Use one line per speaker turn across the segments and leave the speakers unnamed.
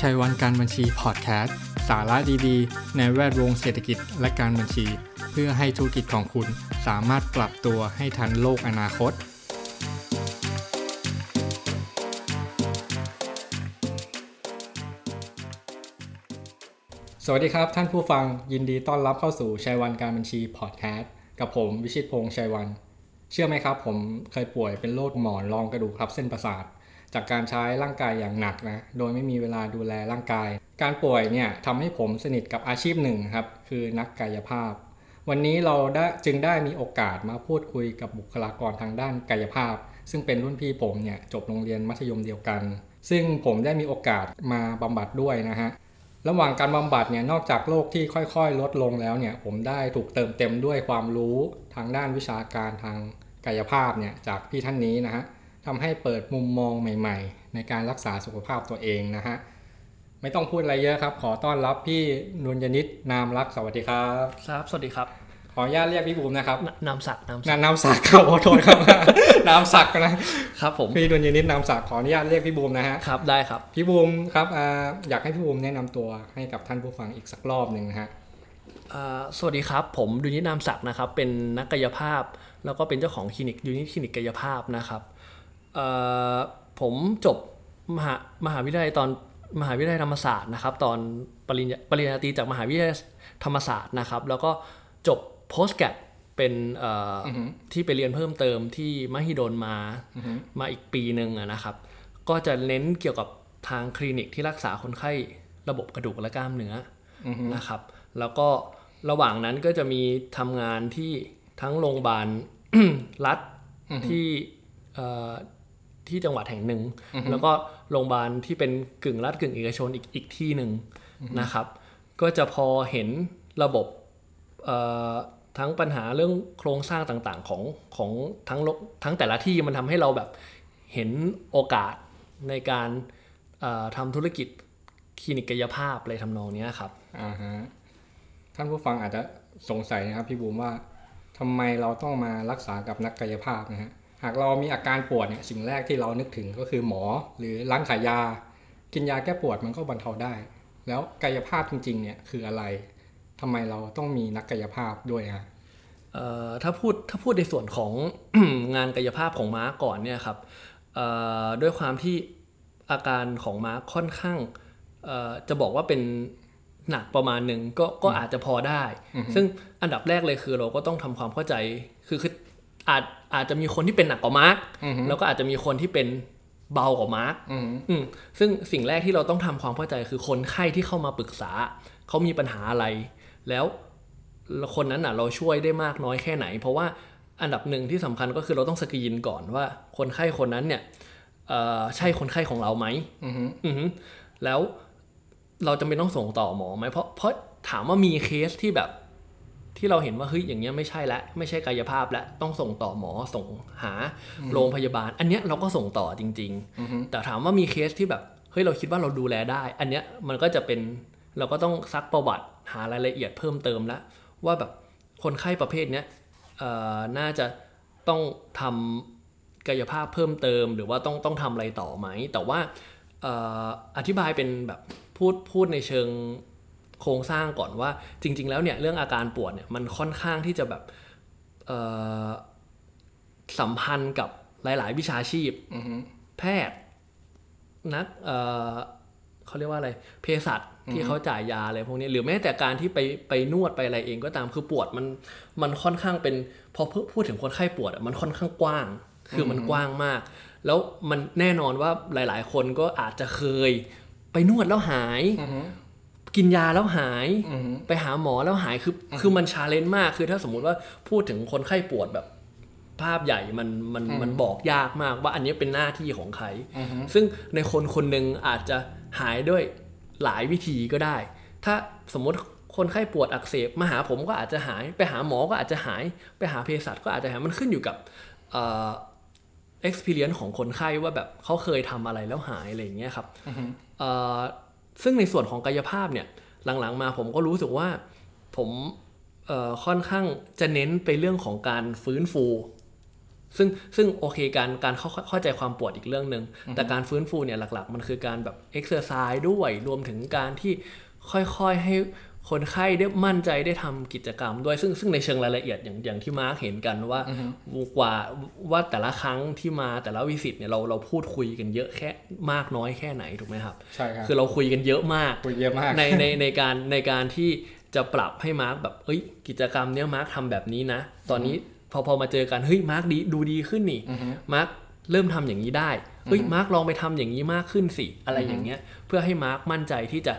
ชัยวันการบัญชีพอดแคสต์สาระดีๆ ในแวดวงเศรษฐกิจและการบัญชี เพื่อให้ธุรกิจของคุณสามารถปรับตัวให้ทันโลกอนาคต สวัสดีครับท่านผู้ฟังยินดีต้อนรับเข้าสู่ชัยวันการบัญชีพอดแคสต์กับผมวิชิตพงษ์ชัยวัน เชื่อไหมครับ ผมเคยป่วยเป็นโรคหมอนรองกระดูกทับเส้นประสาท จากการใช้ร่างกายอย่างหนักนะ โดยไม่มีเวลาดูแลร่างกาย การป่วยเนี่ยทำให้ผมสนิทกับอาชีพหนึ่งครับ คือนักกายภาพ วันนี้เราได้จึงได้มีโอกาสมาพูดคุยกับบุคลากรทางด้านกายภาพ ซึ่งเป็นรุ่นพี่ผมเนี่ยจบโรงเรียนมัธยมเดียวกัน ซึ่งผมได้มีโอกาสมาบำบัดด้วยนะฮะ ระหว่างการบำบัดเนี่ยนอกจากโรคที่ค่อยๆ ลดลงแล้วเนี่ยผมได้ถูกเติมเต็มด้วยความรู้ทางด้านวิชาการทางกายภาพเนี่ยจากพี่ท่านนี้นะฮะทำให้เปิดมุมมองใหม่ ๆ ในการรักษาสุขภาพตัวเองนะฮะไม่ต้องพูดอะไรเยอะครับ ขอต้อนรับพี่นุญยนิตนามรักสวัสดีครับ
ครับ สวัสดีครับ
ขออนุญาตเรียกพี่บูมนะครับ
นนามศักดิ์นามศักดิ์
นานามศักดิ์ครับขอโทษครับ นามศักดิ์นะครับ
ผม
พี่นุญยนิตนามศักดิ์ขออนุญาตเรียกพี่บูมนะฮะ
ครับได้ครับ
พี่บูมครับอาอยากให้พี่บูมแนะนำตัวให้กับท่านผู้ฟังอีกสักรอบหนึ่งนะฮะ
อ่าสวัสดีครับ ผมดุนิตนามศักดิ์นะครับ เป็นนักกายภาพ แล้วก็เป็นเจ้าของคลินิกยูนิตคลินิกกายภาพนะครับเอ่อผมจบมหามหาวิทยาลัยตอนมหาวิทยาลัยธรรมศาสตร์นะครับ ตอนปริญญาปริญญาตรีจากมหาวิทยาลัยธรรมศาสตร์นะครับ แล้วก็จบ post grad เป็นเอ่ออที่ไปเรียนเพิ่มเติมที่มหิดลมามาอีกปีหนึ่งอะนะครับ ก็จะเน้นเกี่ยวกับทางคลินิกที่รักษาคนไข้ระบบกระดูกและกล้ามเนื้ออนะครับ แล้วก็ระหว่างนั้นก็จะมีทำงานที่ทั้งโรงพยาบาล รัฐที่เอ่อที่จังหวัดแห่งหนึ่ง แล้วก็โรงพยาบาลที่เป็นกึ่งรัฐกึ่งเอกชนอีกอีกที่หนึ่งนะครับ ก็จะพอเห็นระบบเอ่อทั้งปัญหาเรื่องโครงสร้างต่างๆของของทั้งโลกทั้งแต่ละที่มันทำให้เราแบบ เห็นโอกาสในการเอ่อทำธุรกิจคลินิกกายภาพอะไรทำนองเนี้ยครับ
อ่าฮะ ท่านผู้ฟังอาจจะสงสัยนะครับ พี่บูมว่าทำไมเราต้องมารักษากับนักกายภาพนะฮะ หากเรามีอาการปวดเนี่ยสิ่งแรกที่เรานึกถึงก็คือหมอหรือร้านขายยา กินยาแก้ปวดมันก็บรรเทาได้ แล้วกายภาพจริง ๆ เนี่ยคืออะไรทำไมเราต้องมีนักกายภาพด้วยฮะ
เอ่อถ้าพูดถ้าพูดในส่วนของ งานกายภาพของม้าก่อนเนี่ยครับเอ่อด้วยความที่อาการของม้าค่อนข้างเอ่อจะบอกว่าเป็นหนักประมาณหนึ่งก็ก็อาจจะพอได้ ซึ่งอันดับแรกเลยคือเราก็ต้องทำความเข้าใจคือคืออาจอาจจะมีคนที่เป็นหนักกว่ามาร์ก
อือฮึ
แล้วก็อาจจะมีคนที่เป็นเบากว่ามาร์ก
อืม
อืมซึ่งสิ่งแรกที่เราต้องทำความเข้าใจคือคนไข้ที่เข้ามาปรึกษา เขามีปัญหาอะไร แล้วคนนั้นน่ะเราช่วยได้มากน้อยแค่ไหน เพราะว่าอันดับหนึ่งที่สำคัญก็คือเราต้องสกรีนก่อนว่าคนไข้คนนั้นเนี่ยเอ่อใช่คนไข้ของเราไหม
อือฮึ
อือฮึแล้วเราจำเป็นต้องส่งต่อหมอไหมเพราะเพราะถามว่ามีเคสที่แบบ ที่เราเห็นว่าเฮ้ยอย่างเงี้ยไม่ใช่ละไม่ใช่กายภาพละต้องส่งต่อหมอส่งหาโรงพยาบาล อันเนี้ยเราก็ส่งต่อจริง ๆ แต่ถามว่ามีเคสที่แบบเฮ้ยเราคิดว่าเราดูแลได้ อันเนี้ยมันก็จะเป็นเราก็ต้องซักประวัติหารายละเอียดเพิ่มเติมละว่าแบบคนไข้ประเภทเนี้ยเอ่อน่าจะต้องทำ กายภาพเพิ่มเติมหรือว่าต้องต้องทำอะไรต่อไหม แต่ว่าเอ่ออธิบายเป็นแบบพูดพูดในเชิงโครงสร้างก่อนว่าจริง ๆ แล้วเนี่ยเรื่องอาการปวดเนี่ยมันค่อนข้างที่จะแบบเอ่อสัมพันธ์กับหลาย ๆ วิชาชีพ
อือฮึ
แพทย์นักเอ่อเขาเรียกว่าอะไรเภสัชที่เขาจ่ายยาอะไรพวกนี้หรือแม้แต่การที่ไปไปนวดไปอะไรเองก็ตามคือปวดมันมันค่อนข้างเป็นพอพูดพูดถึงคนไข้ปวดอะมันค่อนข้างกว้าง คือมันกว้างมาก แล้วมันแน่นอนว่าหลาย ๆ คนก็อาจจะเคย ไปนวดแล้วหาย
อือฮึ
กินยาแล้วหาย
อือฮึ
ไปหาหมอแล้วหายคืออคือมันชาเลนจ์มากคือถ้าสมมุติว่าพูดถึงคนไข้ปวดแบบ ภาพใหญ่มันมันมันบอกยากมากว่าอันนี้เป็นหน้าที่ของใคร
อือฮึ
ซึ่งในคนคนหนึ่งอาจจะหายด้วยหลายวิธีก็ได้ ถ้าสมมติคนไข้ปวดอักเสบมาหาผมก็อาจจะหาย ไปหาหมอก็อาจจะหาย ไปหาเภสัชก็อาจจะหายมันขึ้นอยู่กับเอ่อ experience ของคนไข้ว่าแบบเขาเคยทำอะไรแล้วหายอะไรอย่างเงี้ยครับ
อือฮึ
เอ่อซึ่งในส่วนของกายภาพเนี่ยหลังๆมาผมก็รู้สึกว่าผมเอ่อค่อนข้างจะเน้นไปเรื่องของการฟื้นฟู ซึ่งซึ่งโอเคการการเข้าเข้าใจความปวดอีกเรื่องหนึง่งแต่การฟื้นฟูเนี่ยหลักๆ มันคือการแบบเอ็กซ์เซอร์ไซส์ด้วยรวมถึงการที่ค่อยๆให้คนไข้ได้มั่นใจได้ทำกิจกรรมด้วยซึ่งซึ่งในเชิงรายละเอียดอย่างอย่างที่มาร์คเห็นกันว่ากว่าว่าแต่ละครั้งที่มาแต่ละวิสิตเนี่ยเราเราพูดคุยกันเยอะแค่มากน้อยแค่ไหนถูกไหมครับ
ใช่ครับ
คือเราคุยกันเยอะมาก
คุยเยอะมาก
ในในในการในการที่จะปรับให้มาร์คแบบเอ้ย กิจกรรมเนี้ยมาร์คทำแบบนี้นะ ตอนนี้พอพอมาเจอกันเฮ้ยมาร์คดีดูดีขึ้นนี่มาร์คเริ่มทำอย่างนี้ได้เฮ้ยมาร์คลองไปทำอย่างนี้มากขึ้นสิอะไรอย่างเงี้ยเพื่อให้มาร์คมั่นใจที่จะ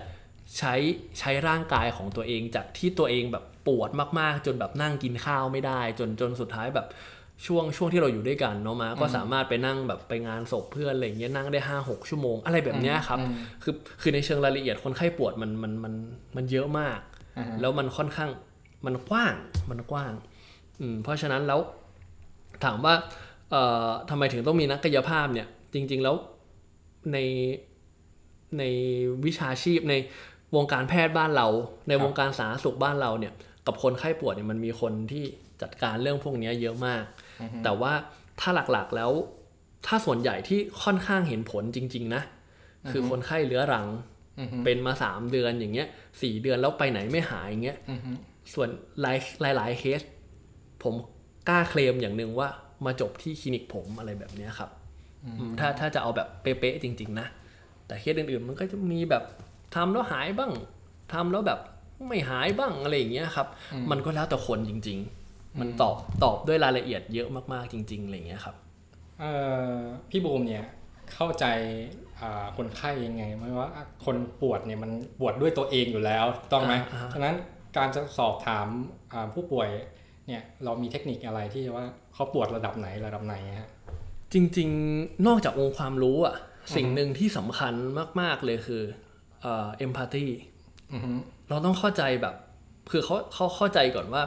ใช้ใช้ร่างกายของตัวเองจากที่ตัวเองแบบปวดมากๆ จนแบบนั่งกินข้าวไม่ได้ จนจนสุดท้ายแบบช่วงช่วงที่เราอยู่ด้วยกันเนาะมาร์คก็สามารถไปนั่งแบบไปงานศพเพื่อนอะไรอย่างเงี้ยนั่งได้ห้าหกชั่วโมงอะไรแบบเนี้ยครับ คือคือในเชิงรายละเอียดคนไข้ปวดมันมันมันมันเยอะมาก
อ่าฮะ
แล้วมันค่อนข้างมันกว้างมันกว้างอืมเพราะฉะนั้นแล้วถามว่าเอ่อทำไมถึงต้องมีนักกายภาพเนี่ย จริง ๆแล้วในในวิชาชีพในวงการแพทย์บ้านเรา ในวงการสาธารณสุขบ้านเราเนี่ย กับคนไข้ปวดเนี่ยมันมีคนที่จัดการเรื่องพวกเนี้ยเยอะมาก แต่ว่าถ้าหลักๆแล้วถ้าส่วนใหญ่ที่ค่อนข้างเห็นผลจริง ๆ นะ คือคนไข้เรื้อรัง
อือฮึ
เป็นมาสามเดือนอย่างเงี้ยสี่เดือนแล้วไปไหนไม่หายอย่างเงี้ย
อือฮึ
ส่วนหลายหลายหลายเคส ผมกล้าเคลมอย่างหนึ่งว่ามาจบที่คลินิกผมอะไรแบบเนี้ยครับอืมถ้าถ้าจะเอาแบบเป๊ะๆจริง ๆ นะ แต่เคสอื่นๆมันก็จะมีแบบทำแล้วหายบ้างทำแล้วแบบไม่หายบ้างอะไรอย่างเงี้ยครับ มันก็แล้วแต่คนจริง ๆ มันตอบตอบด้วยรายละเอียดเยอะมากๆจริงๆอะไรอย่างเงี้ยครับ
เอ่อพี่บูมเนี่ยเข้าใจอ่าคนไข้ยังไงไม่ว่าคนปวดเนี่ยมันปวดด้วยตัวเองอยู่แล้วถูกต้องไหม
อ่าอ่า
ฉะนั้นการจะสอบถามอ่าผู้ป่วยเนี่ยเรามีเทคนิคอะไรที่ว่าเขาปวดระดับไหนระดับไหนฮะ
จริงๆ นอกจากองค์ความรู้อ่ะ สิ่งหนึ่งที่สำคัญมาก ๆ เลยคือเอ็มพัตตี
อือฮึ
เราต้องเข้าใจแบบคือเขาเขาเข้าใจก่อนว่า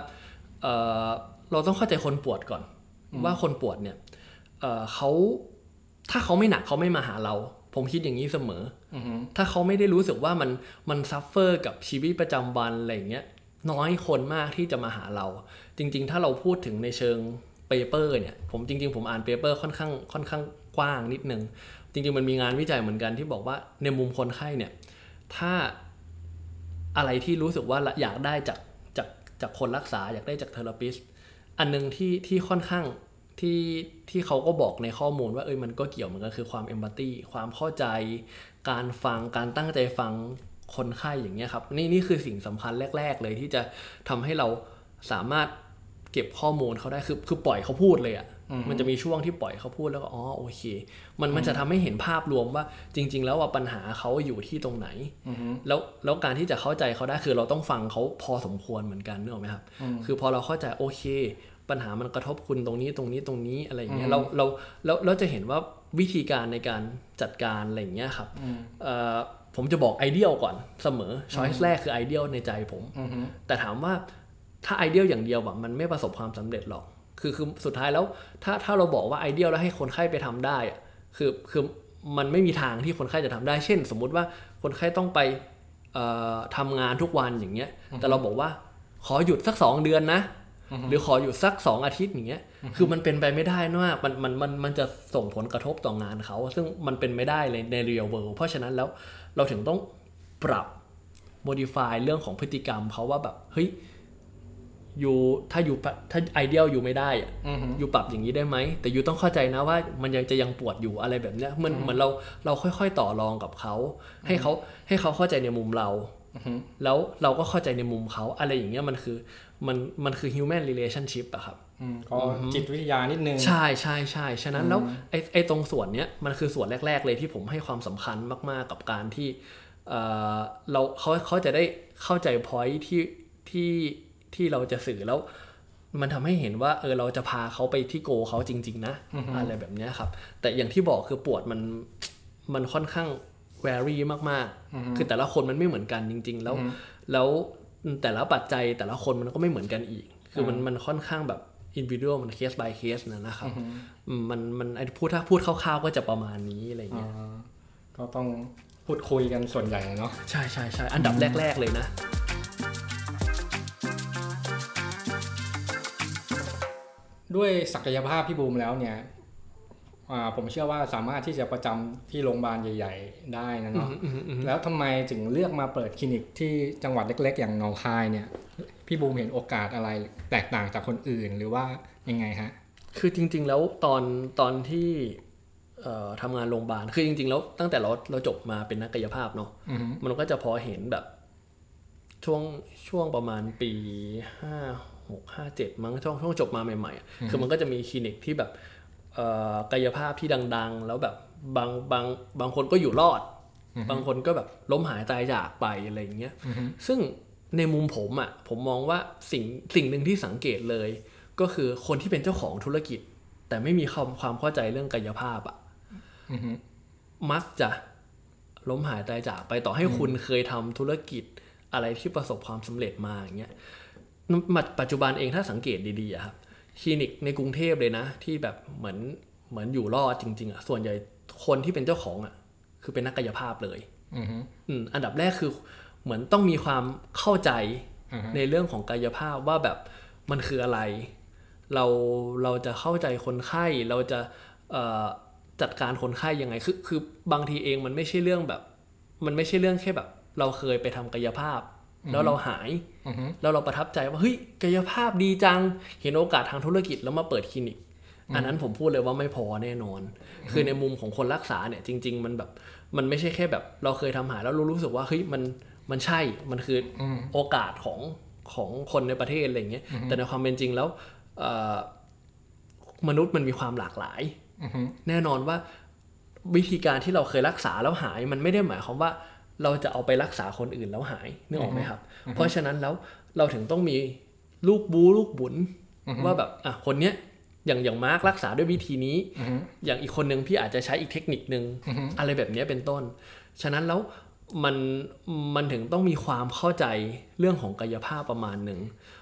เอ่อเราต้องเข้าใจคนปวดก่อน ว่าคนปวดเนี่ยเอ่อเขาถ้าเขาไม่หนักเขาไม่มาหาเรา ผมคิดอย่างนี้เสมอ
อือฮึ
ถ้าเขาไม่ได้รู้สึกว่ามันมันซัฟเฟอร์กับชีวิตประจำวันอะไรอย่างเงี้ยน้อยคนมากที่จะมาหาเรา จริง ๆ ถ้าเราพูดถึงในเชิงเปเปอร์เนี่ยผมจริง ๆ ผมอ่านเปเปอร์ค่อนข้างค่อนข้างกว้างนิดนึง จริง ๆ มันมีงานวิจัยเหมือนกันที่บอกว่าในมุมคนไข้เนี่ย ถ้าอะไรที่รู้สึกว่าอยากได้จากจากจากคนรักษาอยากได้จากเทอราปิสอันหนึงที่ที่ค่อนข้างที่ที่เขาก็บอกในข้อมูลว่าเอ้ยมันก็เกี่ยวเหมือนกันคือความเอมพัตตีความเข้าใจ การฟังการตั้งใจฟังคนไข้อย่างเงี้ยครับ นี่นี่คือสิ่งสำคัญแรก ๆ เลยที่จะทำให้เราสามารถเก็บข้อมูลเขาได้คือคือปล่อยเขาพูดเลยอะ่ะมันจะมีช่วงที่ปล่อยเขาพูดแล้วก็อ๋อโอเค มันมันจะทำให้เห็นภาพรวมว่าจริง ๆ แล้วว่าปัญหาเขาอยู่ที่ตรงไหน
อือฮึ
แล้วแล้วการที่จะเข้าใจเขาได้คือเราต้องฟังเขาพอสมควรเหมือนกันนึกออกไหมครับ คือพอเราเข้าใจโอเค ปัญหามันกระทบคุณตรงนี้ตรงนี้ตรงนี้อะไรอย่างเงี้ยเราเราเราเราจะเห็นว่าวิธีการในการจัดการอะไรอย่างเงี้ยครับ
อืม
เอ่อผมจะบอกไอเดียก่อนเสมอช้อยส์แรกคือไอเดียในใจผม
อือฮึ
แต่ถามว่าถ้าไอเดียอย่างเดียวอะมันไม่ประสบความสำเร็จหรอก คือคือสุดท้ายแล้วถ้าถ้าเราบอกว่าไอเดียแล้วให้คนไข้ไปทำได้อะคือคือมันไม่มีทางที่คนไข้จะทำได้ เช่น สมมุติว่าคนไข้ต้องไปเอ่อทำงานทุกวันอย่างเงี้ย แต่เราบอกว่าขอหยุดสัก 2 เดือนนะ หรือขอหยุดสัก 2 อาทิตย์อย่างเงี้ย คือมันเป็นไปไม่ได้นะว่ามันมันมันมันจะส่งผลกระทบต่องานเขา ซึ่งมันเป็นไม่ได้เลยในเรียลเวิร์เพราะฉะนั้นแล้วเราถึงต้องปรับ modify เรื่องของพฤติกรรมเขาว่าแบบ เฮ้ยอยู่ถ้าอยู่ปะถ้าไอเดียอยู่ไม่ได้อะ
อือฮึ
อยู่ปรับอย่างนี้ได้ไหม แต่อยู่ต้องเข้าใจนะว่ามันยังจะยังปวดอยู่อะไรแบบเนี้ยเหมือนเหมือนเราเราค่อยๆต่อรองกับเขาให้เขาให้เขาเข้าใจในมุมเรา
อือฮึ
แล้วเราก็เข้าใจในมุมเขาอะไรอย่างเงี้ยมันคือมันมันคือ human relationship อะครับ
อืมก็จิตวิทยานิดนึง
ใช่ใช่ใช่ฉะนั้นแล้วไอ้ไอ้ตรงส่วนเนี้ยมันคือส่วนแรก ๆ เลยที่ผมให้ความสำคัญมากๆกับการที่เอ่อเราเขาเขาจะได้เข้าใจ point ที่ที่ที่เราจะสื่อแล้ว มันทำให้เห็นว่าเออเราจะพาเขาไปที่โกเขาจริง ๆ นะอะไรแบบเนี้ยครับ แต่อย่างที่บอกคือปวดมันมันค่อนข้างแวรี่มากๆ คือแต่ละคนมันไม่เหมือนกันจริง ๆ แล้ว แล้วแต่ละปัจจัยแต่ละคนมันก็ไม่เหมือนกันอีก คือมันมันค่อนข้างแบบอิน i ิ u a l มันเคส by เคสนะนะครับอืมมันมันไอ้พูดถ้าพูดคร่าวๆก็จะประมาณนี้อะไรอย่างเงี้ย
อ่าก็ต้องพูดคุยกันส่วนใหญ่เนาะ
ใช่ใช่ใช่อันดับแรก ๆ เลยนะ
ด้วยศักยภาพพี่บูมแล้วเนี่ยอ่าผมเชื่อว่าสามารถที่จะประจำที่โรงพยาบาลใหญ่ ๆ ได้นะเนาะ
อืมอืม
แล้วทำไมถึงเลือกมาเปิดคลินิกที่จังหวัดเล็ก ๆ อย่างหนองคายเนี่ย พี่บูมเห็นโอกาสอะไรแตกต่างจากคนอื่นหรือว่ายังไงฮะ
คือจริง ๆ แล้วตอนตอนที่เอ่อทำงานโรงพยาบาลคือจริง ๆ แล้วตั้งแต่เราเราจบมาเป็นนักกายภาพเนาะ
อือฮึ
มันก็จะพอเห็นแบบช่วงช่วงประมาณปีห้าหกห้าเจ็ดมั้งช่วงช่วงจบมาใหม่ๆอะคือมันก็จะมีคลินิกที่แบบเอ่อกายภาพที่ดัง ๆ แล้วแบบบางบางบางคนก็อยู่รอด บางคนก็แบบล้มหายตายจากไปอะไรอย่างเงี้ย
อือฮึ
ซึ่งในมุมผมอะ่ะผมมองว่าสิ่งสิ่งหนึ่งที่สังเกตเลย ก็คือคนที่เป็นเจ้าของธุรกิจ แต่ไม่มีความความเข้าใจเรื่องกายภาพอะ่ะ
อือฮึ
มักจะล้มหายตายจากไปต่อให้คุณเคยทำธุรกิจอะไรที่ประสบความสำเร็จมาอย่างเงี้ยมาปัจจุบันเองถ้าสังเกตดีๆอะครับคลินิกในกรุงเทพเลยนะ ที่แบบเหมือนเหมือนอยู่รอดจริง ๆอะ่ะส่วนใหญ่คนที่เป็นเจ้าของอะ่ะคือเป็นนักกายภาพเลย
อือฮึ
อืมอันดับแรกคือเหมือนต้องมีความเข้าใจ
อ่าฮะ
ในเรื่องของกายภาพว่าแบบมันคืออะไร เราเราจะเข้าใจคนไข้เราจะเอ่อจัดการคนไข้ยังไงคือคือบางทีเองมันไม่ใช่เรื่องแบบ มันไม่ใช่เรื่องแค่แบบ เราเคยไปทำกายภาพ แล้วเราหาย
อือฮึ
แล้วเราประทับใจว่าเฮ้ยกายภาพดีจัง เห็นโอกาสทางธุรกิจแล้วมาเปิดคลินิก อันนั้นผมพูดเลยว่าไม่พอแน่นอน คือในมุมของคนรักษาเนี่ยจริง ๆ มันแบบมันไม่ใช่แค่แบบ เราเคยทำหายแล้วรู้รู้สึกว่าเฮ้ยมันมันใช่มันคืออ
ม
โอกาสของของคนในประเทศอะไรอย่างเงี้ยแต่ในความเป็นจริงแล้วเอ่อมนุษย์มันมีความหลากหลาย
อือฮึ
แน่นอนว่าวิธีการที่เราเคยรักษาแล้วหาย มันไม่ได้หมายความว่าเราจะเอาไปรักษาคนอื่นแล้วหายนึกออกไหมครับ เพราะฉะนั้นแล้วเราถึงต้องมีลูกบูลูกบุญว่าแบบอ่ะคนเนี้ยอย่างอย่างมาร์กรักษาด้วยวิธีนี้
อือฮึ
อย่างอีกคนหนึ่งพี่อาจจะใช้อีกเทคนิคนึง
อือฮึ
อะไรแบบเนี้ยเป็นต้น ฉะนั้นแล้วมันมันถึงต้องมีความเข้าใจเรื่องของกายภาพประมาณหนึ่ง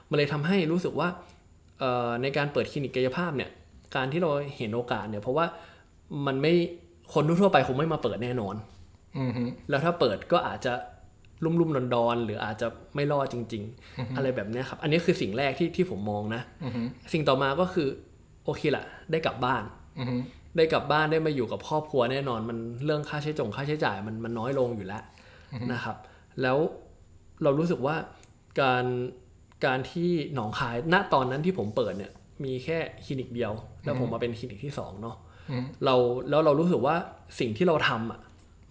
มันเลยทำให้รู้สึกว่าเอ่อในการเปิดคลินิกกายภาพเนี่ยการที่เราเห็นโอกาสเนี่ยเพราะว่ามันไม่คนทั่วๆไปคงไม่มาเปิดแน่นอน
อือฮึ
แล้วถ้าเปิดก็อาจจะลุ่มๆุ่มดอนๆ หรืออาจจะไม่รอดจริง ๆ อะไรแบบเนี้ยครับ อันนี้คือสิ่งแรกที่ที่ผมมองนะ
อือฮึ
สิ่งต่อมาก็คือโอเคละได้กลับบ้าน
อือฮึ
ได้กลับบ้านได้มาอยู่กับครอบครัวแน่นอน มันเรื่องค่าใช้จงค่าใช้จ่ายมันมันน้อยลงอยู่แล้วนะครับ แล้วเรารู้สึกว่าการการที่หนองคายณตอนนั้นที่ผมเปิดเนี่ย มีแค่คลินิกเดียว แล้วผมมาเป็นคลินิกที่สองเนาะ
อืม
เราแล้วเรารู้สึกว่าสิ่งที่เราทำอ่ะ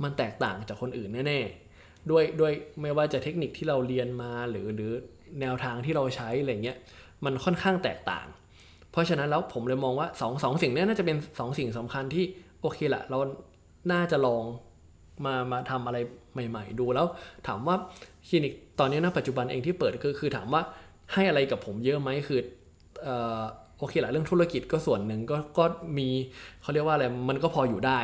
มันแตกต่างจากคนอื่นแน่ๆด้วยด้วยไม่ว่าจะเทคนิคที่เราเรียนมาหรือหรือแนวทางที่เราใช้อะไรเงี้ยมันค่อนข้างแตกต่าง เพราะฉะนั้นแล้วผมเลยมองว่าสองสองสิ่งเนี้น่าจะเป็นสองสิ่งสำคัญที่โอเคละเราน่าจะลองมามาทำอะไรใหม่ ๆ ดูแล้ว ถามว่าคลินิกตอนนี้นะปัจจุบันเองที่เปิดก็คือถามว่าให้อะไรกับผมเยอะไหมคือเอ่อโอเคละเรื่องธุรกิจก็ส่วนหนึ่งก็ก็มีเขาเรียกว่าอะไรมันก็พออยู่ได้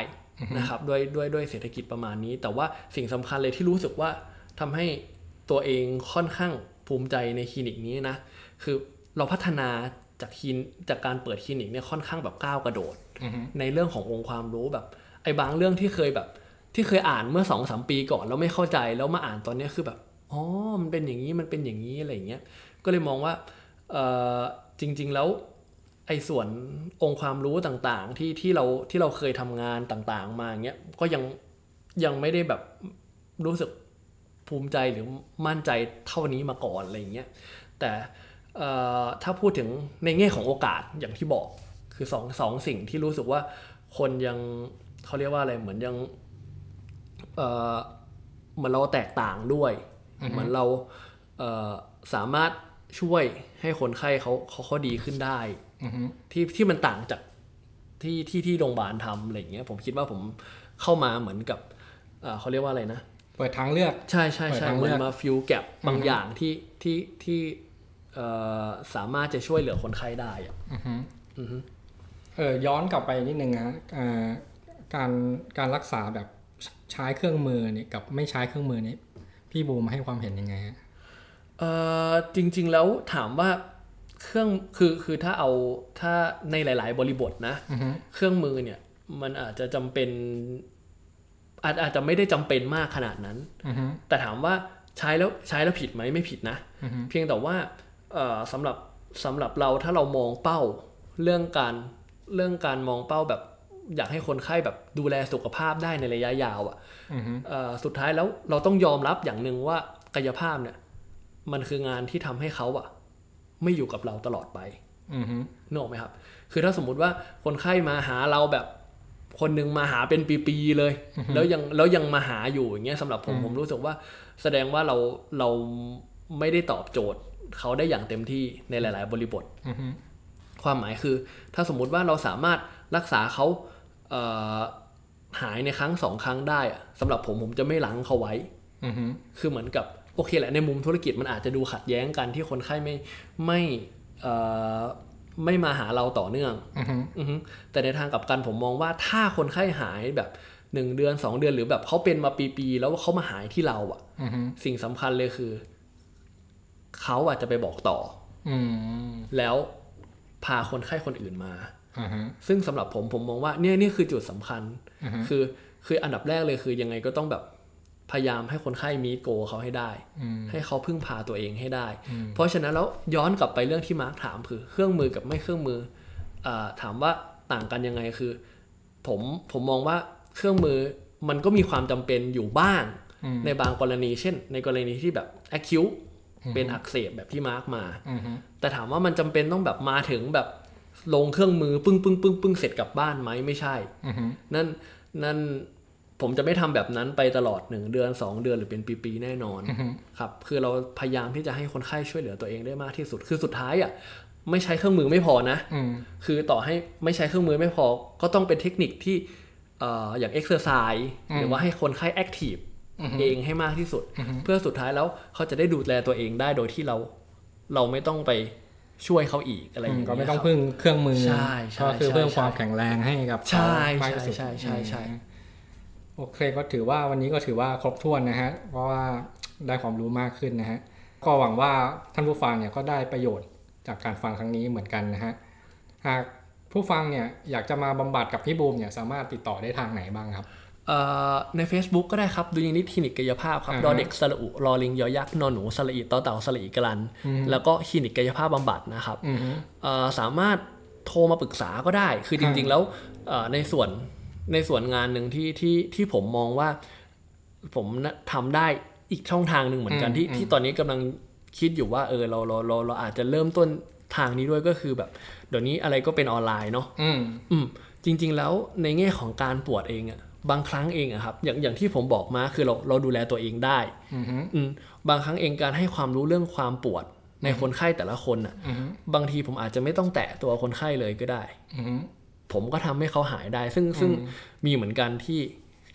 นะครับด้วยด้วยด้วยเศรษฐกิจประมาณนี้ แต่ว่าสิ่งสำคัญเลยที่รู้สึกว่าทำให้ตัวเองค่อนข้างภูมิใจในคลินิกนี้นะ คือเราพัฒนาจากคลินจากการเปิดคลินิกเนี่ยค่อนข้างแบบก้าวกระโดด
อือฮึ
ในเรื่องขององค์ความรู้แบบไอ้บางเรื่องที่เคยแบบ ที่เคยอ่านเมื่อสองสามปีก่อนแล้วไม่เข้าใจแล้วมาอ่านตอนเนี้ยคือแบบอ๋อมันเป็นอย่างนี้มันเป็นอย่างนี้อะไรอย่างเงี้ยก็เลยมองว่าเออจริง ๆแล้วไอ้ส่วนองค์ความรู้ต่างๆที่ที่เราที่เราเคยทำงานต่างๆ มาอย่างเงี้ยก็ยังยังไม่ได้แบบรู้สึกภูมิใจหรือมั่นใจเท่านี้มาก่อนอะไรอย่างเงี้ยแต่เอ่อถ้าพูดถึงในแง่ของโอกาสอย่างที่บอกคือสองสองสิ่งที่รู้สึกว่าคนยังเขาเรียกว่าอะไรเหมือนยัง เอ่อเหมือนเราแตกต่างด้วย เหมือนเราเอ่อสามารถช่วยให้คนไข้เขาเขาเขาดีขึ้นได้
อือฮึ
ที่ที่มันต่างจากที่ที่ที่โรงพยาบาลทำอะไรอย่างเงี้ยผมคิดว่าผมเข้ามาเหมือนกับเอ่อเขาเรียกว่าอะไรนะ
เปิดทางเลือก
ใช่ใช่
เปิ
ใช่
ดทาง
เหมือ
เลื
น
อก
มาฟิวแก p บางอย่างที่ที่ที่เอ่อสามารถจะช่วยเหลือคนไข้ได้อะ
เออย้อนกลับไปนิดนึงนะฮะเอ่อการการรักษาแบบใชใช้เครื่องมือเนี่ยกับไม่ใช้เครื่องมือเนี่ยพี่บูมให้ความเห็นยังไงฮะ
เอ่อจริงๆแล้วถามว่าเครื่องคือคือถ้าเอาถ้าในหลาย ๆ บริบทนะ
อือฮึ
เครื่องมือเนี่ยมันอาจจะจำเป็น อาจอาจจะไม่ได้จำเป็นมากขนาดนั้น
อือฮึ
แต่ถามว่าใช้แล้วใช้แล้วผิดไหมไม่ผิดนะ
อือฮึ
เพียงแต่ว่าเอ่อสำหรับสำหรับเราถ้าเรามองเป้า เรื่องการเรื่องการมองเป้าแบบอยากให้คนไข้แบบดูแลสุขภาพได้ในระยะยาวอะ
อือฮึ
เอ่ะสุดท้ายแล้วเราต้องยอมรับอย่างหนึ่งว่ากายภาพเนี่ยมันคืองานที่ทำให้เขาอะไม่อยู่กับเราตลอดไป
อือฮึ
นึกออกไหมครับ คือถ้าสมมุติว่าคนไข้มาหาเราแบบ คนหนึ่งมาหาเป็นปีๆเลย แล้วยังแล้วยังมาหาอยู่อย่างเงี้ยสำหรับผมผมรู้สึกว่า แสดงว่าเราเราไม่ได้ตอบโจทย์เขาได้อย่างเต็มที่ในหลาย ๆ บริบท
อือฮึ
ความหมายคือ ถ้าสมมุติว่าเราสามารถรักษาเขาเอ่อหายในครั้งสองครั้งได้อะสำหรับผมผมจะไม่ลังเขาไว้
อือฮึ
คือเหมือนกับโอเคแหละในมุมธุรกิจมันอาจจะดูขัดแย้งกันที่คนไข้ไม่ไม่เอ่อไม่มาหาเราต่อเนื่อง
อือฮึ
ออฮึแต่ในทางกลับกันผมมองว่าถ้าคนไข้หายแบบ 1 เดือน 2 เดือนหรือแบบเขาเป็นมาปีๆแล้วเขามาหายที่เราอะ
อือฮึ
สิ่งสำคัญเลยคือเขาอาจจะไปบอกต่อ
อืม
แล้วพาคนไข้คนอื่นมา
อ่าฮะ
ซึ่งสำหรับผมผมมองว่าเนี่ยนี่คือจุดสำคัญ
อือฮึ
คือคืออันดับแรกเลยคือยังไงก็ต้องแบบพยายามให้คนไข้มีโกเขาให้ได้
อืม
ให้เขาพึ่งพาตัวเองให้ได้
อืม
เพราะฉะนั้นแล้วย้อนกลับไปเรื่องที่มาร์คถามคือ เครื่องมือกับไม่เครื่องมือเออถามว่าต่างกันยังไงคือ ผมผมมองว่าเครื่องมือมันก็มีความจำเป็นอยู่บ้าง
อืม
ในบางกรณี เช่น ในกรณีที่แบบแอคคิวเป็นอักเสบแบบที่มาร์กมา
อือฮึ
แต่ถามว่ามันจำเป็นต้องแบบมาถึงแบบลงเครื่องมือปึ้งปึ้งปึ้งปึ้งเสร็จกลับบ้านไหมไม่ใช่
อือฮึ
นั่นนั่นผมจะไม่ทำแบบนั้นไปตลอด 1 เดือน 2 เดือนหรือเป็นปีๆแน่นอน
อือฮึ
ครับ คือเราพยายามที่จะให้คนไข้ช่วยเหลือตัวเองได้มากที่สุด คือสุดท้ายอ่ะไม่ใช้เครื่องมือไม่พอนะ
อืม
คือต่อให้ไม่ใช้เครื่องมือไม่พอ ก็ต้องเป็นเทคนิคที่เอ่ออย่างเอ็กซ์เซอร์ไซส์หรือว่าให้คนไข้แอคทีฟเองให้มากที่สุด เพื่อสุดท้ายแล้วเขาจะได้ดูแลตัวเองได้โดยที่เราเราไม่ต้องไปช่วยเขาอีกอะไรอย่างเงี้ย
ก็ไม่
ค
ต้
รั
อบ งพึ่งเครื่องมือ
ใช่ใช่
ก็คือเพิ่ม
ใช่
ความแข็งแรงให้กับเขา
ใช่
มากที่สุด
ใช่ใช่ใช่
อืมโอเคก็ถือว่าวันนี้ก็ถือว่าครบถ้วนนะฮะ เพราะว่าได้ความรู้มากขึ้นนะฮะ ก็หวังว่าท่านผู้ฟังเนี่ยก็ได้ประโยชน์จากการฟังครั้งนี้เหมือนกันนะฮะ หากผู้ฟังเนี่ยอยากจะมาบำบัดกับพี่บูมเนี่ยสามารถติดต่อได้ทางไหนบ้างครับ
เอ่อใน Facebook ก็ได้ครับ ดูยิงนิดคลินิกกายภาพครับ
อ่าฮะ
รอเด็กสระอุรอลิงยอยักษ์นอนหนูสระอีต่อเต่าสระอีกรัน
อืม
แล้วก็คลินิกกายภาพบำบัดนะครับ
อือฮึ
เอ่อสามารถโทรมาปรึกษาก็ได้ คือจริงๆ แล้วเอ่อในส่วนในส่วนงานหนึ่งที่ที่ที่ผมมองว่าผมน่ะทำได้อีกช่องทางหนึ่งเหมือนกัน
อืม
ที่
อืม
ที่ตอนนี้กำลังคิดอยู่ว่าเออเราเราเราเราอาจจะเริ่มต้นทางนี้ด้วยก็คือแบบเดี๋ยวนี้อะไรก็เป็นออนไลน์เนาะ
อืม
อืมจริงๆแล้วในแง่ของการปวดเองอะบางครั้งเองอะครับอย่างอย่างที่ผมบอกมาคือเราเราดูแลตัวเองได้
อือฮึ
อืมบางครั้งเองการให้ความรู้เรื่องความปวดในคนไข้แต่ละคนอะ
อือฮึ
บางทีผมอาจจะไม่ต้องแตะตัวคนไข้เลยก็ได้
อือฮึ
ผมก็ทำให้เขาหายได้ ซึ่งซึ่งมีเหมือนกันที่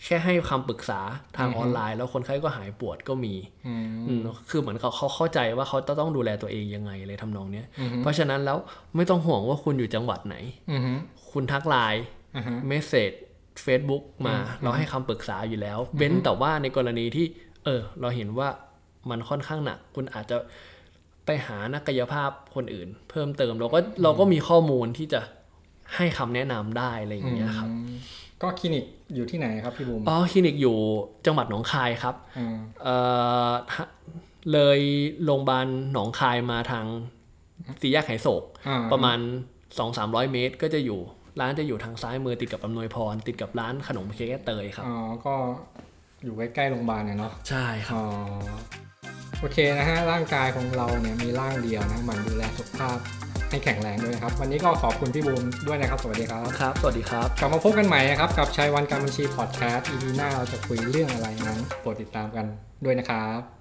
แค่ให้คำปรึกษาทาง
อือฮึ
ออนไลน์ แล้วคนไข้ก็หายปวดก็มี
อืม
อืมคือเหมือนเขาเขาเข้าใจว่าเขาจะต้องดูแลตัวเองยังไงเลยทำนองเนี้ย
อือฮึ
เพราะฉะนั้นแล้วไม่ต้องห่วงว่าคุณอยู่จังหวัดไหน
อือฮึ
คุณทักไลน์
อือฮึ
เมสเซจ Facebook มาเราให้คำปรึกษาอยู่แล้วเว้นแต่ว่าในกรณีที่ เออ เราเห็นว่ามันค่อนข้างหนัก คุณอาจจะไปหานักกายภาพคนอื่น เพิ่มเติมเราก็เราก็มีข้อมูลที่จะให้คำแนะนำได้อะไรอย่างเงี้ยครับ
อืมก็คลินิกอยู่ที่ไหนครับพี่บุ๋ม
อ๋อคลินิกอยู่จังหวัดหนองคายครับ
อืม
เอ่อฮะเลยโรงพยาบาลหนองคายมาทางสี่แยกไหโศก
อ่
ประมาณ 2 3 0 0 เมตร ก็จะอยู่ร้านจะอยู่ทางซ้ายมือติดกับอำนวยพร ติดกับร้านขนมเค้กเตยครับ
อ๋อก็อยู่ใกล้ๆโรงพยาบาลเนี่ยเนาะ
ใช่ครับ
อ๋อโอเคนะฮะร่างกายของเราเนี่ยมีร่างเดียวนะหมันดูแลสุขภาพให้แข็งแรงด้วยนะครับ วันนี้ก็ขอบคุณพี่บูมด้วยนะครับ สวัสดีครับ
ครับ สวัสดีครับ
กลับมาพบกันใหม่นะครับ กับชัยวันการบัญชีพอดแคสต์ EP หน้าเราจะคุยเรื่องอะไรนั้นโปรดติดตามกันด้วยนะครับ